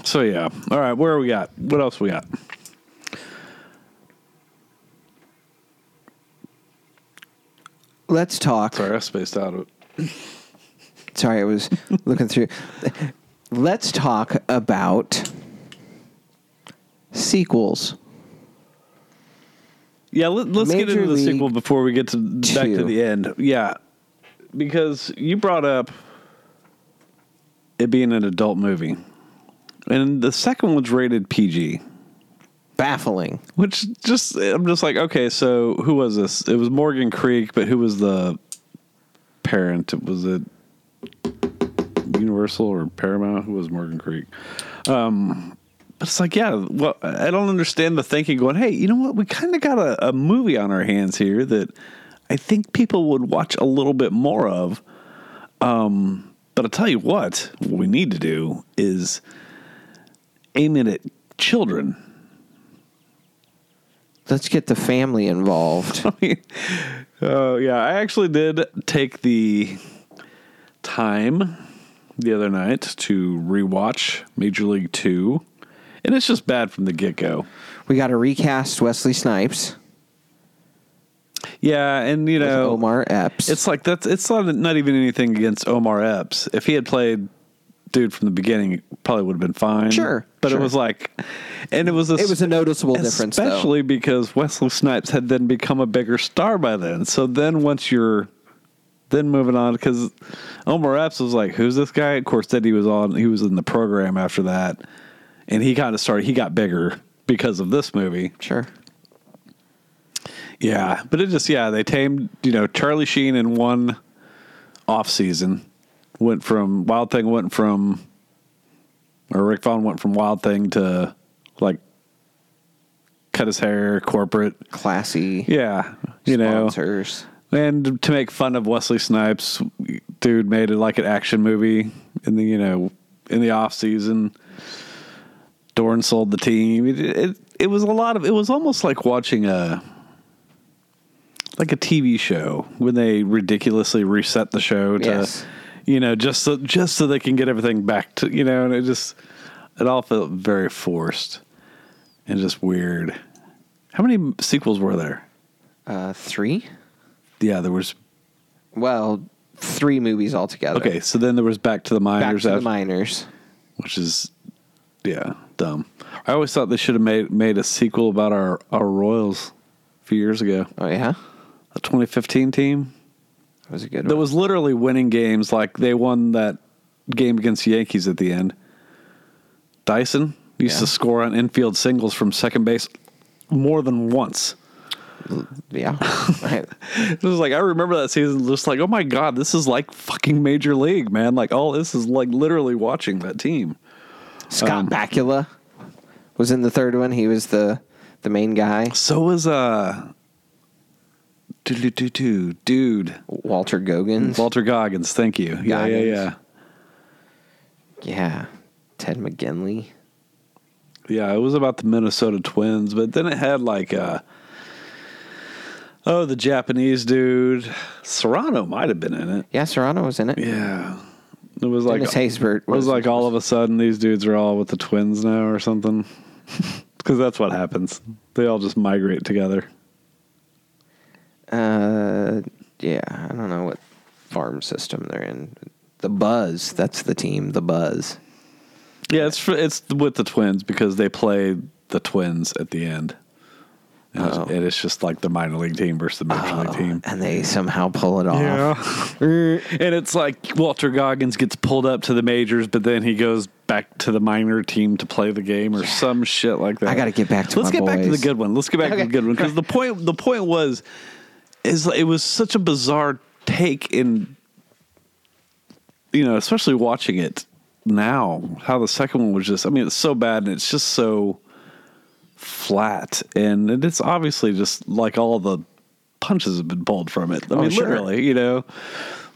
Speaker 2: So yeah, all right. Where we got? What else we got?
Speaker 3: Let's talk.
Speaker 2: Sorry, I spaced out.
Speaker 3: Sorry, I was looking through. Let's talk about sequels.
Speaker 2: Yeah, let, let's get
Speaker 3: Major
Speaker 2: into the
Speaker 3: League
Speaker 2: sequel before we get to back to
Speaker 3: Two.
Speaker 2: the end. Yeah, because you brought up it being an adult movie, and the second one's rated PG,
Speaker 3: Baffling.
Speaker 2: which just I'm just like, okay, so who was this? It was Morgan Creek, but who was the parent? Was it Universal or Paramount? Who was Morgan Creek? Um, but it's like, yeah, well, I don't understand the thinking going, hey, you know what? We kind of got a, a movie on our hands here that I think people would watch a little bit more of. Um, but I'll tell you what, what we need to do is aim it at children.
Speaker 3: Let's get the family involved.
Speaker 2: Oh yeah, I actually did take the time the other night to rewatch Major League Two, and it's just bad from the get go.
Speaker 3: we got to recast Wesley Snipes
Speaker 2: Yeah, and you
Speaker 3: with
Speaker 2: know,
Speaker 3: Omar Epps.
Speaker 2: it's like that's it's not not even anything against Omar Epps. If he had played dude from the beginning, it probably would have been fine.
Speaker 3: Sure,
Speaker 2: but
Speaker 3: sure.
Speaker 2: it was like, and it was a,
Speaker 3: it was a noticeable difference, though.
Speaker 2: especially because Wesley Snipes had then become a bigger star by then. So then once you're then moving on because Omar Epps was like, "Who's this guy?" Of course, then he was on. He was in the program after that, and he kind of started. He got bigger because of this movie.
Speaker 3: Sure.
Speaker 2: Yeah, but it just yeah they tamed you know Charlie Sheen in one off season went from Wild Thing went from or Rick Vaughn went from Wild Thing to like cut his hair corporate
Speaker 3: Classy
Speaker 2: yeah you know
Speaker 3: sponsors.
Speaker 2: and to make fun of Wesley Snipes dude made it like an action movie in the you know in the off season Dorn sold the team it, it it was a lot of it was almost like watching a like a TV show when they ridiculously reset the show to
Speaker 3: Yes.
Speaker 2: you know just so just so they can get everything back to you know and it just it all felt very forced and just weird how many sequels were there
Speaker 3: Uh, three?
Speaker 2: yeah there was
Speaker 3: Well, three movies altogether.
Speaker 2: Okay, so then there was Back to the
Speaker 3: Back
Speaker 2: Miners,
Speaker 3: to the
Speaker 2: after-
Speaker 3: minors.
Speaker 2: which is yeah, dumb. I always thought they should have made made a sequel about our our Royals a few years ago,
Speaker 3: Oh yeah,
Speaker 2: the 2015 team
Speaker 3: that was a good.
Speaker 2: that
Speaker 3: one.
Speaker 2: was literally winning games. Like they won that game against the Yankees at the end. Dyson used
Speaker 3: Yeah.
Speaker 2: to score on infield singles from second base more than once.
Speaker 3: yeah.
Speaker 2: It was like I remember that season, just like oh my god, this is like fucking major league, man. Like all this is like literally watching that team.
Speaker 3: Scott
Speaker 2: Um,
Speaker 3: Bakula was in the third one. He was the the main guy.
Speaker 2: So was uh, dude, dude, dude, dude.
Speaker 3: Walter Goggins.
Speaker 2: Walter Goggins. Thank you. Yeah, yeah,
Speaker 3: Mm. Goggins.
Speaker 2: yeah,
Speaker 3: yeah. Ted McGinley.
Speaker 2: yeah. It was about the Minnesota Twins, but then it had like uh, Oh, the Japanese dude. Serrano might have been in it.
Speaker 3: Yeah, Serrano was in it.
Speaker 2: Yeah. It was like
Speaker 3: Dennis Haysbert
Speaker 2: it was
Speaker 3: was-
Speaker 2: like all of a sudden these dudes are all with the twins now or something. Cuz that's what happens. They all just migrate together.
Speaker 3: Uh, yeah, I don't know what farm system they're in. The Buzz, that's the team. The Buzz.
Speaker 2: Yeah, it's for, it's with the twins because they play the twins at the end. And, it's,
Speaker 3: Oh.
Speaker 2: and it's just like the minor league team versus the major league team.
Speaker 3: And they somehow pull it off.
Speaker 2: and it's like Walter Goggins gets pulled up to the majors, but then he goes back to the minor team to play the game or some shit like that.
Speaker 3: I gotta get back to
Speaker 2: Let's
Speaker 3: my
Speaker 2: get back to the
Speaker 3: boys.
Speaker 2: good one. Let's get back to
Speaker 3: Okay.
Speaker 2: the good one because the point the point was is like, it was such a bizarre take in you know especially watching it now how the second one was just I mean it's so bad and it's just so flat and, and it's obviously just like all the punches have been pulled from it. I
Speaker 3: Oh,
Speaker 2: mean
Speaker 3: sure.
Speaker 2: literally, you know.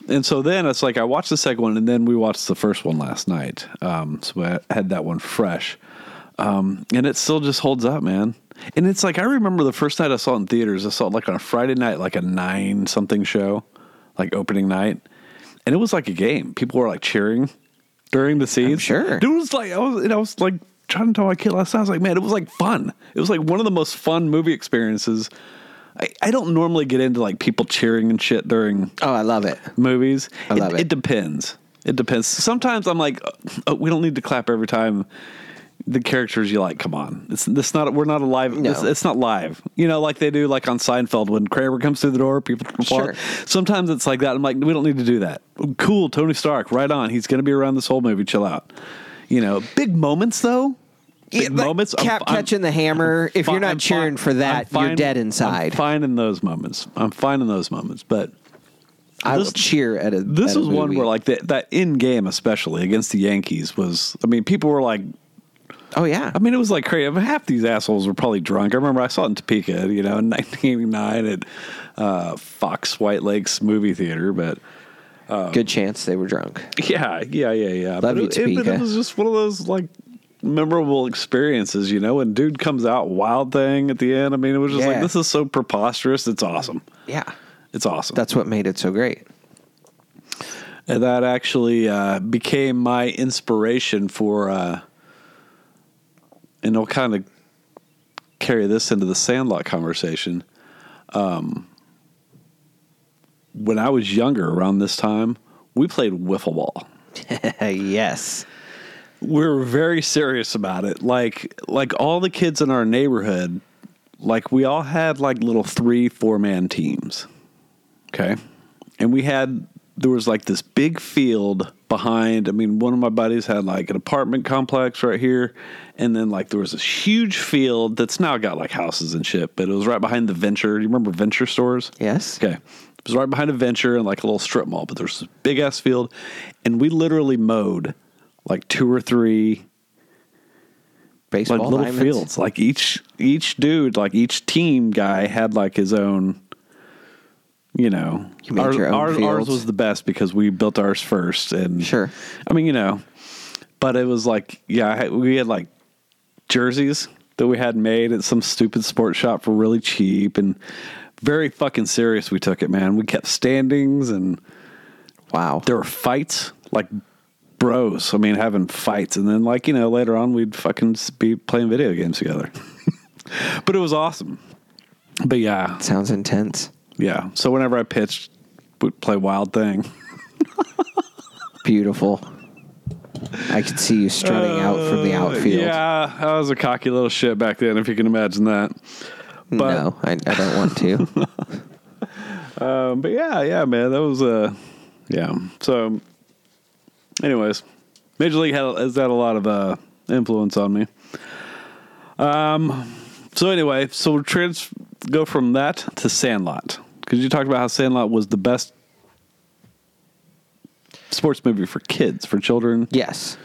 Speaker 2: And so then it's like I watched the second one and then we watched the first one last night. Um, so I had that one fresh. Um, and it still just holds up, man. And it's like I remember the first night I saw it in theaters, I saw it like on a Friday night, like a nine something show, like opening night. And it was like a game. People were like cheering during the scenes.
Speaker 3: sure.
Speaker 2: Dude, it was like I was and I was like trying to tell my kid last night, I was like, man, it was like fun. It was like one of the most fun movie experiences. I, I don't normally get into like people cheering and shit during
Speaker 3: Oh, I love it.
Speaker 2: movies.
Speaker 3: I love it.
Speaker 2: depends. It depends. Sometimes I'm like, oh, we don't need to clap every time. The characters you like, come on. It's this not we're not alive.
Speaker 3: No.
Speaker 2: It's, it's not live. You know, like they do like on Seinfeld when Kramer comes through the door, people applaud.
Speaker 3: Sure.
Speaker 2: Sometimes it's like that. I'm like, we don't need to do that. Cool, Tony Stark, right on. He's going to be around this whole movie. Chill out. You know, big moments though. Big
Speaker 3: Yeah, like Cap catching the hammer. If you're
Speaker 2: fi-
Speaker 3: not
Speaker 2: I'm fi-
Speaker 3: cheering for that,
Speaker 2: I'm fine-
Speaker 3: you're dead
Speaker 2: I'm
Speaker 3: inside.
Speaker 2: fine in those moments. I'm fine in those moments, but
Speaker 3: I will
Speaker 2: This-
Speaker 3: cheer at a.
Speaker 2: this
Speaker 3: at a
Speaker 2: was one
Speaker 3: movie.
Speaker 2: where like that that in game especially against the Yankees was I mean people were like
Speaker 3: Oh yeah.
Speaker 2: I mean it was like crazy I mean, half these assholes were probably drunk I remember I saw it in Topeka you know in 1989 at uh, Fox White Lakes movie theater but uh,
Speaker 3: Good chance they were drunk.
Speaker 2: yeah yeah yeah yeah but
Speaker 3: you,
Speaker 2: it, it- but it
Speaker 3: Topeka.
Speaker 2: was just one of those like memorable experiences you know and dude comes out wild thing at the end I mean it was just like
Speaker 3: Yeah.
Speaker 2: this is so preposterous it's awesome
Speaker 3: Yeah.
Speaker 2: it's awesome
Speaker 3: That's what made it so great.
Speaker 2: And that actually uh, became my inspiration for, uh, and I'll kind of carry this into the Sandlot conversation. Um, when I was younger, around this time, we played wiffle ball.
Speaker 3: yes.
Speaker 2: We were very serious about it. Like, like all the kids in our neighborhood, like we all had like little three, four man teams. Okay. And we had, there was like this big field behind. I mean, one of my buddies had like an apartment complex right here. And then like there was this huge field that's now got like houses and shit, but it was right behind the Venture. You remember Venture stores?
Speaker 3: Yes.
Speaker 2: Okay. It was right behind a Venture and like a little strip mall, but there's this big ass field. And we literally mowed like two or three
Speaker 3: Baseball
Speaker 2: like little
Speaker 3: diamonds.
Speaker 2: fields. Like each each dude, like each team guy had like his own. You know,
Speaker 3: You made your own
Speaker 2: ours, ours
Speaker 3: fields.
Speaker 2: was the best because we built ours first, and
Speaker 3: Sure.
Speaker 2: I mean, you know, but it was like, yeah, I had- we had like jerseys that we had made at some stupid sports shop for really cheap, and very fucking serious. We took it, man. We kept standings and
Speaker 3: Wow.
Speaker 2: there were fights like bros i mean having fights and then like you know later on we'd fucking s- be playing video games together but it was awesome but yeah
Speaker 3: Sounds intense.
Speaker 2: yeah so whenever i pitched we'd play wild thing
Speaker 3: Beautiful. I could see you strutting out from the outfield.
Speaker 2: Uh, yeah i was a cocky little shit back then if you can imagine that but
Speaker 3: no, I, I don't want to.
Speaker 2: um, but yeah yeah man that was uh yeah so anyways major league had, has had a lot of uh influence on me Um, So anyway, so we'll trans go from that to Sandlot because you talked about how Sandlot was the best sports movie for kids for children.
Speaker 3: yes.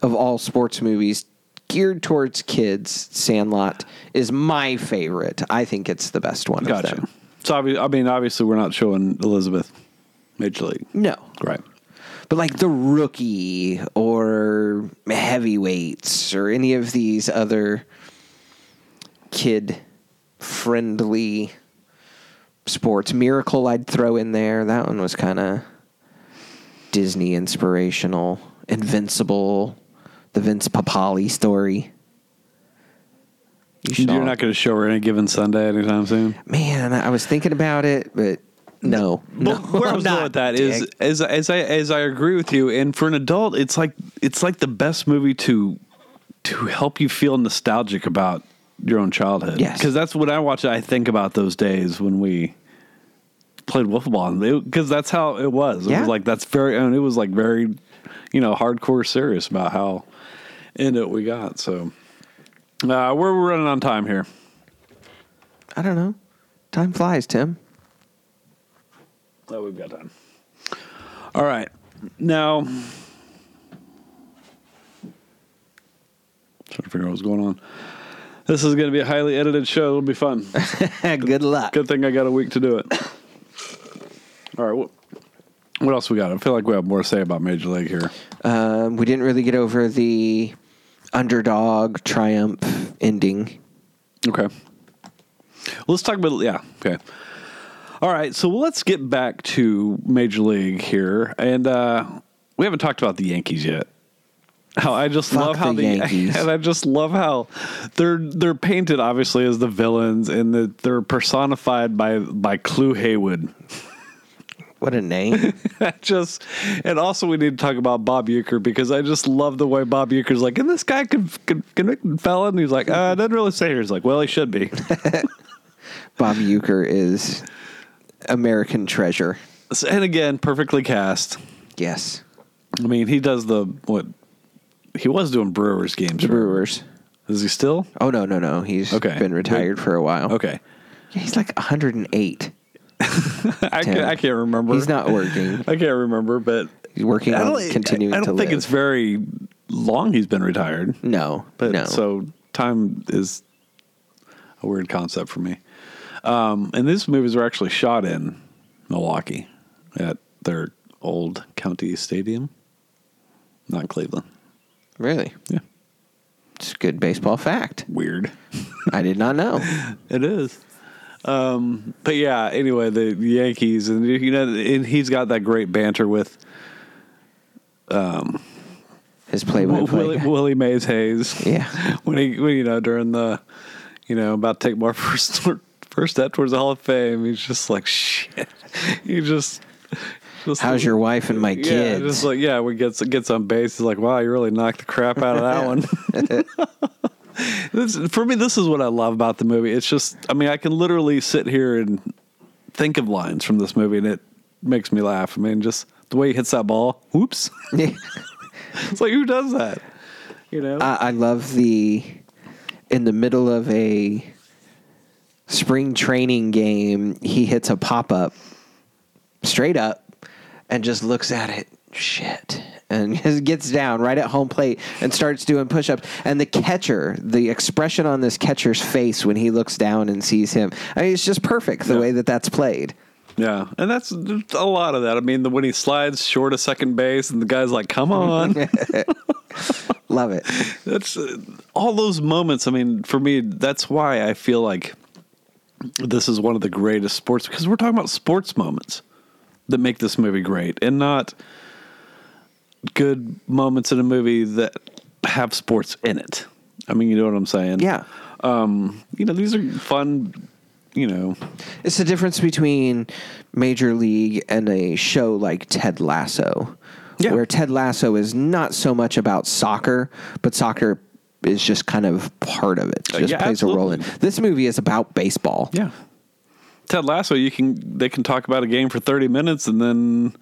Speaker 3: Of all sports movies geared towards kids, Sandlot is my favorite. I think it's the best one of
Speaker 2: Gotcha.
Speaker 3: them.
Speaker 2: So obvi- I mean, obviously, we're not showing Elizabeth Major League,
Speaker 3: No.
Speaker 2: right?
Speaker 3: But like the rookie or heavyweights or any of these other kid friendly sports. Miracle, I'd throw in there. That one was kind of Disney inspirational. Invincible, the Vince Papali story. You should
Speaker 2: You're
Speaker 3: all-
Speaker 2: not going to show her any given Sunday anytime soon.
Speaker 3: Man, I was thinking about it, but no. no,
Speaker 2: But where I was going with that is,
Speaker 3: dick.
Speaker 2: as as I as I agree with you, and for an adult, it's like it's like the best movie to to help you feel nostalgic about your own childhood.
Speaker 3: Yes.
Speaker 2: because that's what I watch. I think about those days when we played wiffle ball, because that's how it was. It
Speaker 3: Yeah.
Speaker 2: was like that's very, and it was like very, you know, hardcore serious about how into it we got. So uh, we're running on time here.
Speaker 3: I don't know. Time flies, Tim.
Speaker 2: Oh, we've got time. All right. Now, trying to figure out what's going on. This is going to be a highly edited show. It'll be fun.
Speaker 3: Good luck.
Speaker 2: Good thing I got a week to do it. All right. What, what else we got? I feel like we have more to say about Major League here.
Speaker 3: Um, we didn't really get over the underdog triumph ending.
Speaker 2: Okay. Let's talk about yeah. Okay. All right. So let's get back to Major League here, and uh, we haven't talked about the Yankees yet. How I just
Speaker 3: Fuck
Speaker 2: love how
Speaker 3: the
Speaker 2: the
Speaker 3: Yankees.
Speaker 2: and I just love how they're they're painted obviously as the villains, and that they're personified by by Clue Haywood.
Speaker 3: What a name.
Speaker 2: I just and also we need to talk about Bob Euchre because I just love the way Bob Euchre's like, and this guy could con- convicted felon. He's like, uh, doesn't really say here. He's like, well, he should be.
Speaker 3: Bob Euchre is American treasure.
Speaker 2: So- and again, perfectly cast.
Speaker 3: Yes.
Speaker 2: I mean, he does the what? He was doing Brewers games.
Speaker 3: The Brewers.
Speaker 2: Is he still?
Speaker 3: Oh, no, no, no. He's
Speaker 2: Okay.
Speaker 3: been retired for a while.
Speaker 2: Okay,
Speaker 3: Yeah, he's like 108.
Speaker 2: I,
Speaker 3: Tim.
Speaker 2: can, I can't remember.
Speaker 3: He's not working.
Speaker 2: I can't remember, but
Speaker 3: He's working
Speaker 2: I
Speaker 3: on
Speaker 2: don't,
Speaker 3: continuing
Speaker 2: I, I don't
Speaker 3: to
Speaker 2: think
Speaker 3: live.
Speaker 2: it's very long. He's been retired,
Speaker 3: no,
Speaker 2: but
Speaker 3: no.
Speaker 2: so time is a weird concept for me. Um, and these movies were actually shot in Milwaukee at their old county stadium, not Cleveland.
Speaker 3: really,
Speaker 2: Yeah,
Speaker 3: it's a good baseball fact.
Speaker 2: weird.
Speaker 3: I did not know.
Speaker 2: It is. Um, but yeah, anyway, the, the Yankees and you know, and he's got that great banter with
Speaker 3: His play by
Speaker 2: Willie,
Speaker 3: play.
Speaker 2: Willie Mays Hayes.
Speaker 3: Yeah.
Speaker 2: when he, when, you know, during the, you know, about to take more first first step towards the Hall of Fame, he's just like shit. He just, just
Speaker 3: How's your wife and my
Speaker 2: yeah,
Speaker 3: kids?
Speaker 2: just like yeah, when he gets gets on base, he's like, wow, you really knocked the crap out of that one. this, for me, this is what I love about the movie. It's just, I mean, I can literally sit here and think of lines from this movie, and it makes me laugh. I mean, just the way he hits that ball. Whoops! it's like who does that? You know,
Speaker 3: I, I love the in the middle of a spring training game, he hits a pop up straight up and just looks at it. Shit. And just gets down right at home plate and starts doing push ups. And the catcher, the expression on this catcher's face when he looks down and sees him, I mean, it's just perfect the
Speaker 2: Yeah.
Speaker 3: way that that's played.
Speaker 2: yeah, and that's there's a lot of that. I mean, the, when he slides short of second base, and the guy's like, "Come on."
Speaker 3: Love it.
Speaker 2: that's uh, all those moments. I mean, for me, that's why I feel like this is one of the greatest sports because we're talking about sports moments that make this movie great and not good moments in a movie that have sports in it. I mean, you know what I'm saying? Um,
Speaker 3: Yeah.
Speaker 2: You know, these are fun, you know.
Speaker 3: It's the difference between Major League and a show like Ted Lasso,
Speaker 2: Yeah.
Speaker 3: where Ted Lasso is not so much about soccer, but soccer is just kind of part of it.
Speaker 2: Uh,
Speaker 3: Just
Speaker 2: yeah,
Speaker 3: plays a role in.
Speaker 2: absolutely.
Speaker 3: This movie is about baseball.
Speaker 2: Yeah. Ted Lasso, you can they can talk about a game for 30 minutes and then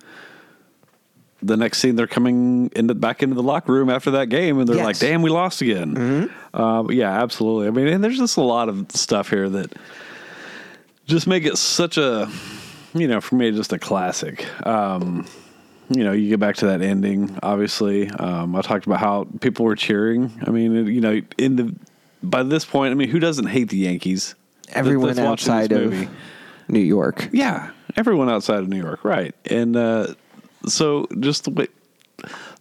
Speaker 2: the next scene they're coming into back into the locker room after that game and they're
Speaker 3: Yes. Mm-hmm.
Speaker 2: like, "Damn, we lost again." Uh, but yeah, absolutely. I mean, and there's just a lot of stuff here that just make it such a you know, for me just a classic. Um you know, you get back to that ending. Obviously, um, I talked about how people were cheering. I mean, it- you know, in the by this point, I mean, who doesn't hate the Yankees? That-
Speaker 3: Everyone
Speaker 2: that's watching this
Speaker 3: outside of
Speaker 2: movie.
Speaker 3: New York.
Speaker 2: yeah, everyone outside of New York, right? And uh, so just the way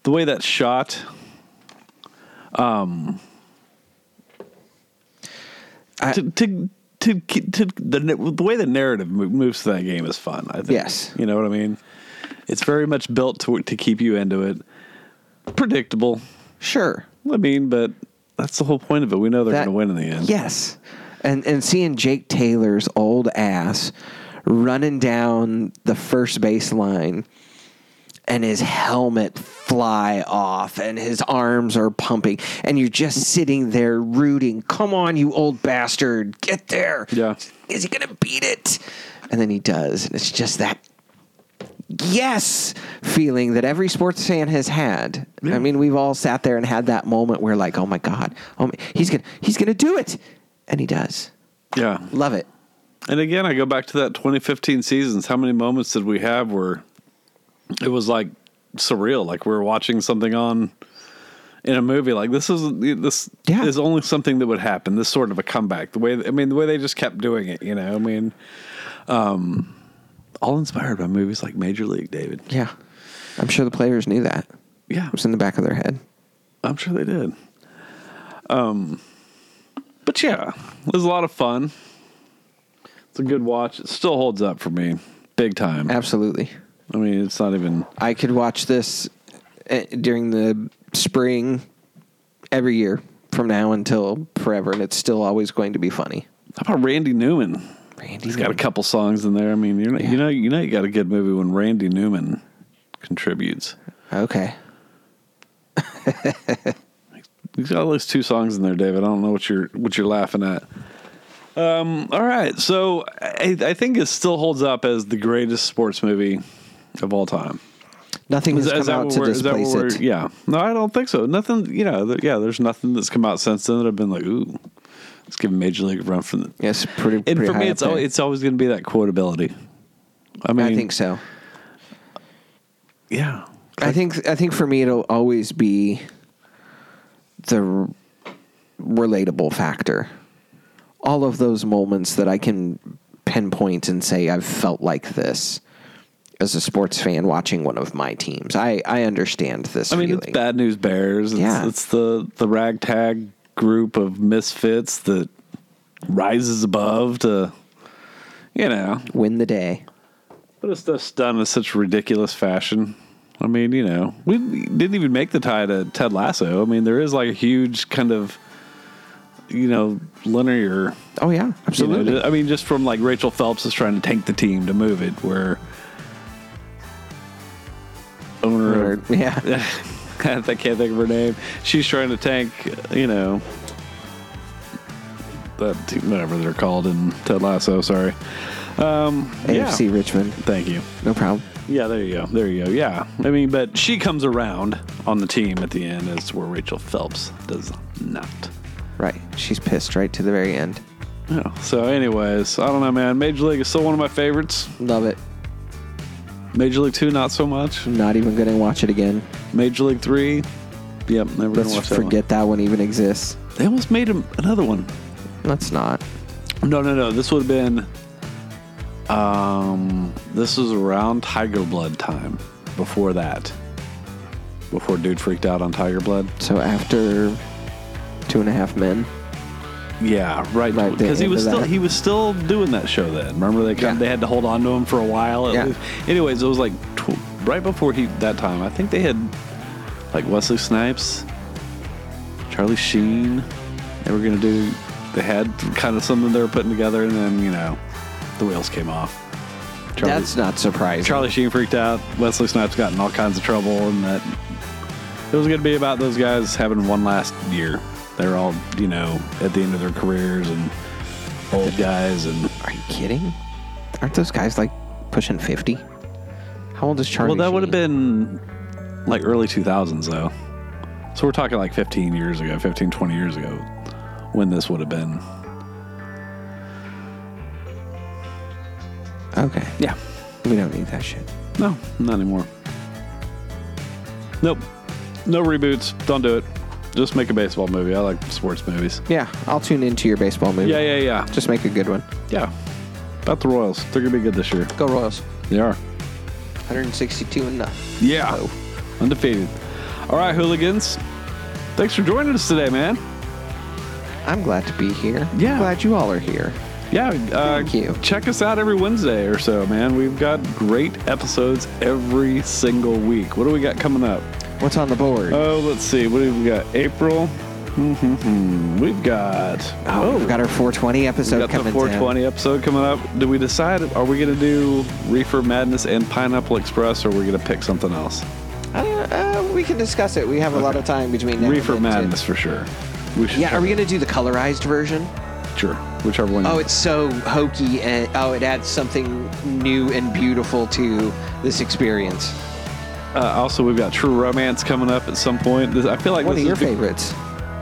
Speaker 2: the way that shot, um,
Speaker 3: I-
Speaker 2: to, to to to the the way the narrative mo- moves to that game is fun. I think.
Speaker 3: Yes.
Speaker 2: you know what I mean. It's very much built to to keep you into it. Predictable,
Speaker 3: Sure.
Speaker 2: I mean, but that's the whole point of it. We know they're going to
Speaker 3: That-
Speaker 2: win in the end.
Speaker 3: Yes. And and seeing Jake Taylor's old ass running down the first baseline and his helmet fly off and his arms are pumping and you're just sitting there rooting, "Come on, you old bastard, get there.
Speaker 2: Yeah.
Speaker 3: Is he going to beat it?" And then he does. And it's just that yes feeling that every sports fan has had. I mean, we've all sat there and had that moment where like, oh my god, oh my, he's gonna he's gonna do it, and he does.
Speaker 2: Yeah.
Speaker 3: Love it.
Speaker 2: And again, I go back to that 2015 seasons. How many moments did we have where it was like surreal? Like we were watching something on in a movie. Like this is this
Speaker 3: Yeah.
Speaker 2: is only something that would happen. This sort of a comeback. The way I mean, the way they just kept doing it. You know, I mean, um, all inspired by movies like Major League. David.
Speaker 3: Yeah, I'm sure the players knew that. It
Speaker 2: Yeah,
Speaker 3: was in the back of their head.
Speaker 2: I'm sure they did. Um, but yeah, it was a lot of fun. It's a good watch. It still holds up for me, big time.
Speaker 3: Absolutely.
Speaker 2: I mean, it's not even.
Speaker 3: I could watch this eh, during the spring every year from now until forever, and it's still always going to be funny.
Speaker 2: How about Randy Newman?
Speaker 3: Randy,
Speaker 2: He's got a couple songs in there. I mean, you're not, you know, you know, you got a good movie when Randy Newman contributes.
Speaker 3: okay.
Speaker 2: He's got at least two songs in there, David. I don't know what you're what you're laughing at. Um, all right, so I, I think it still holds up as the greatest sports movie of all time.
Speaker 3: Nothing has come out to
Speaker 2: we're- that
Speaker 3: displace
Speaker 2: what we're-
Speaker 3: it.
Speaker 2: Yeah. No, I don't think so. Nothing, you know, th- yeah, there's nothing that's come out since then that I've been like, ooh, let's give Major League a run from the.
Speaker 3: Yes, pretty.
Speaker 2: And
Speaker 3: pretty
Speaker 2: for me,
Speaker 3: high
Speaker 2: it's,
Speaker 3: up
Speaker 2: al-
Speaker 3: there.
Speaker 2: it's always going to be that quotability. I mean,
Speaker 3: I think so.
Speaker 2: Yeah.
Speaker 3: I think I think for me it'll always be the r- relatable factor. All of those moments that I can pinpoint and say I've felt like this as a sports fan watching one of my teams. I I understand this
Speaker 2: I mean,
Speaker 3: feeling.
Speaker 2: it's Bad News Bears. It's,
Speaker 3: Yeah.
Speaker 2: it's the, the ragtag group of misfits that rises above to, you know,
Speaker 3: Win the day.
Speaker 2: But it's just done in such ridiculous fashion. I mean, you know, we didn't even make the tie to Ted Lasso. I mean, there is like a huge kind of, you know, linear.
Speaker 3: Oh yeah,
Speaker 2: You know,
Speaker 3: absolutely.
Speaker 2: ju- I mean, just from like Rachel Phelps is trying to tank the team to move it, where owner
Speaker 3: Or-
Speaker 2: of,
Speaker 3: yeah.
Speaker 2: I can't think of her name. She's trying to tank, you know, that team, whatever they're called in Ted Lasso. Sorry. Um, yeah.
Speaker 3: AFC Richmond.
Speaker 2: Thank you.
Speaker 3: No problem.
Speaker 2: Yeah, there you go. There you go. Yeah. I mean, but she comes around on the team at the end as where Rachel Phelps does not.
Speaker 3: Right. She's pissed right to the very end.
Speaker 2: Yeah. Oh, So, anyways, I don't know, man. Major League is still one of my favorites.
Speaker 3: Love it.
Speaker 2: Major League 2, not so much.
Speaker 3: Not even going to watch it again.
Speaker 2: Major League 3, yep, never going to
Speaker 3: Let's
Speaker 2: watch
Speaker 3: forget that one even exists.
Speaker 2: that one. They almost made him another one.
Speaker 3: Let's not.
Speaker 2: No, no, no. This would have been, um, this was around Tiger Blood time before that. Before dude freaked out on Tiger Blood.
Speaker 3: So after two and a half men,
Speaker 2: Yeah, right.
Speaker 3: Right, the
Speaker 2: Because he
Speaker 3: end
Speaker 2: was
Speaker 3: of
Speaker 2: still
Speaker 3: that.
Speaker 2: he was still doing that show then. Remember they kind
Speaker 3: Yeah.
Speaker 2: they had to hold on to him for a while. at
Speaker 3: Yeah.
Speaker 2: least. Anyways, it was like tw- right before he that time. I think they had like Wesley Snipes, Charlie Sheen. They were gonna do. They had kind of something they were putting together, and then you know, the wheels came off. Charlie,
Speaker 3: that's not surprising.
Speaker 2: Charlie Sheen freaked out. Wesley Snipes got in all kinds of trouble, and that it was going to be about those guys having one last year. They're all, you know, at the end of their careers and old guys, and
Speaker 3: Are you kidding? Aren't those guys like pushing fifty? How old is Charlie?
Speaker 2: well, that would have
Speaker 3: Sheen?
Speaker 2: been like early 2000s though. So we're talking like 15 years ago, 15, 20 years ago, when this would have been.
Speaker 3: okay.
Speaker 2: Yeah,
Speaker 3: We don't need that shit.
Speaker 2: no, not anymore. Nope, no reboots. Don't do it. Just make a baseball movie. I like sports movies.
Speaker 3: Yeah, I'll tune into your baseball movie.
Speaker 2: Yeah, yeah, yeah.
Speaker 3: Just make a good one.
Speaker 2: Yeah. About the Royals. They're going to be good this year.
Speaker 3: Go Royals.
Speaker 2: They are.
Speaker 3: 162 and nothing.
Speaker 2: Yeah.
Speaker 3: Oh.
Speaker 2: Undefeated. All right, hooligans. Thanks for joining us today, man.
Speaker 3: I'm glad to be here.
Speaker 2: Yeah.
Speaker 3: I'm glad you all are here.
Speaker 2: Yeah, uh,
Speaker 3: Thank you.
Speaker 2: check us out every Wednesday or so, man. We've got great episodes every single week. What do we got coming up?
Speaker 3: What's on the board?
Speaker 2: Oh, let's see. What do we got? April. Mhm. we've got
Speaker 3: oh, we've got our 420
Speaker 2: we
Speaker 3: episode
Speaker 2: got the
Speaker 3: coming.
Speaker 2: 420
Speaker 3: down.
Speaker 2: episode coming up. Do we decide? Are we going to do Reefer Madness and Pineapple Express, or we are going to pick something else?
Speaker 3: Uh, uh, we can discuss it. We have a lot of time between now
Speaker 2: Reefer
Speaker 3: and then to-
Speaker 2: Madness for sure. We should
Speaker 3: Yeah, are we
Speaker 2: cover
Speaker 3: gonna do the colorized version?
Speaker 2: it. sure whichever one?
Speaker 3: Oh, it's so hokey, and oh, it adds something new and beautiful to this experience.
Speaker 2: uh, also we've got True Romance coming up at some point. This, I feel like
Speaker 3: One
Speaker 2: this
Speaker 3: of your
Speaker 2: has be-
Speaker 3: favorites,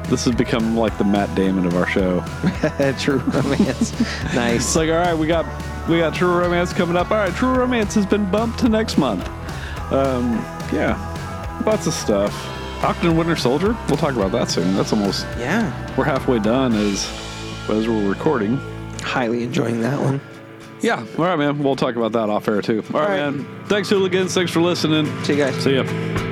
Speaker 2: This has become like the Matt Damon of our show.
Speaker 3: True Romance.
Speaker 2: It's
Speaker 3: nice.
Speaker 2: like, all right, we got we got True Romance coming up. All right, True Romance has been bumped to next month. Um, yeah, lots of stuff. Octon Winter Soldier. We'll talk about that soon. That's almost
Speaker 3: Yeah,
Speaker 2: we're halfway done as as we're recording.
Speaker 3: highly enjoying that one.
Speaker 2: Yeah. All right, man. We'll talk about that off air too. All right,
Speaker 3: right.
Speaker 2: man. Thanks, hooligans. Thanks for listening.
Speaker 3: See you guys.
Speaker 2: See ya.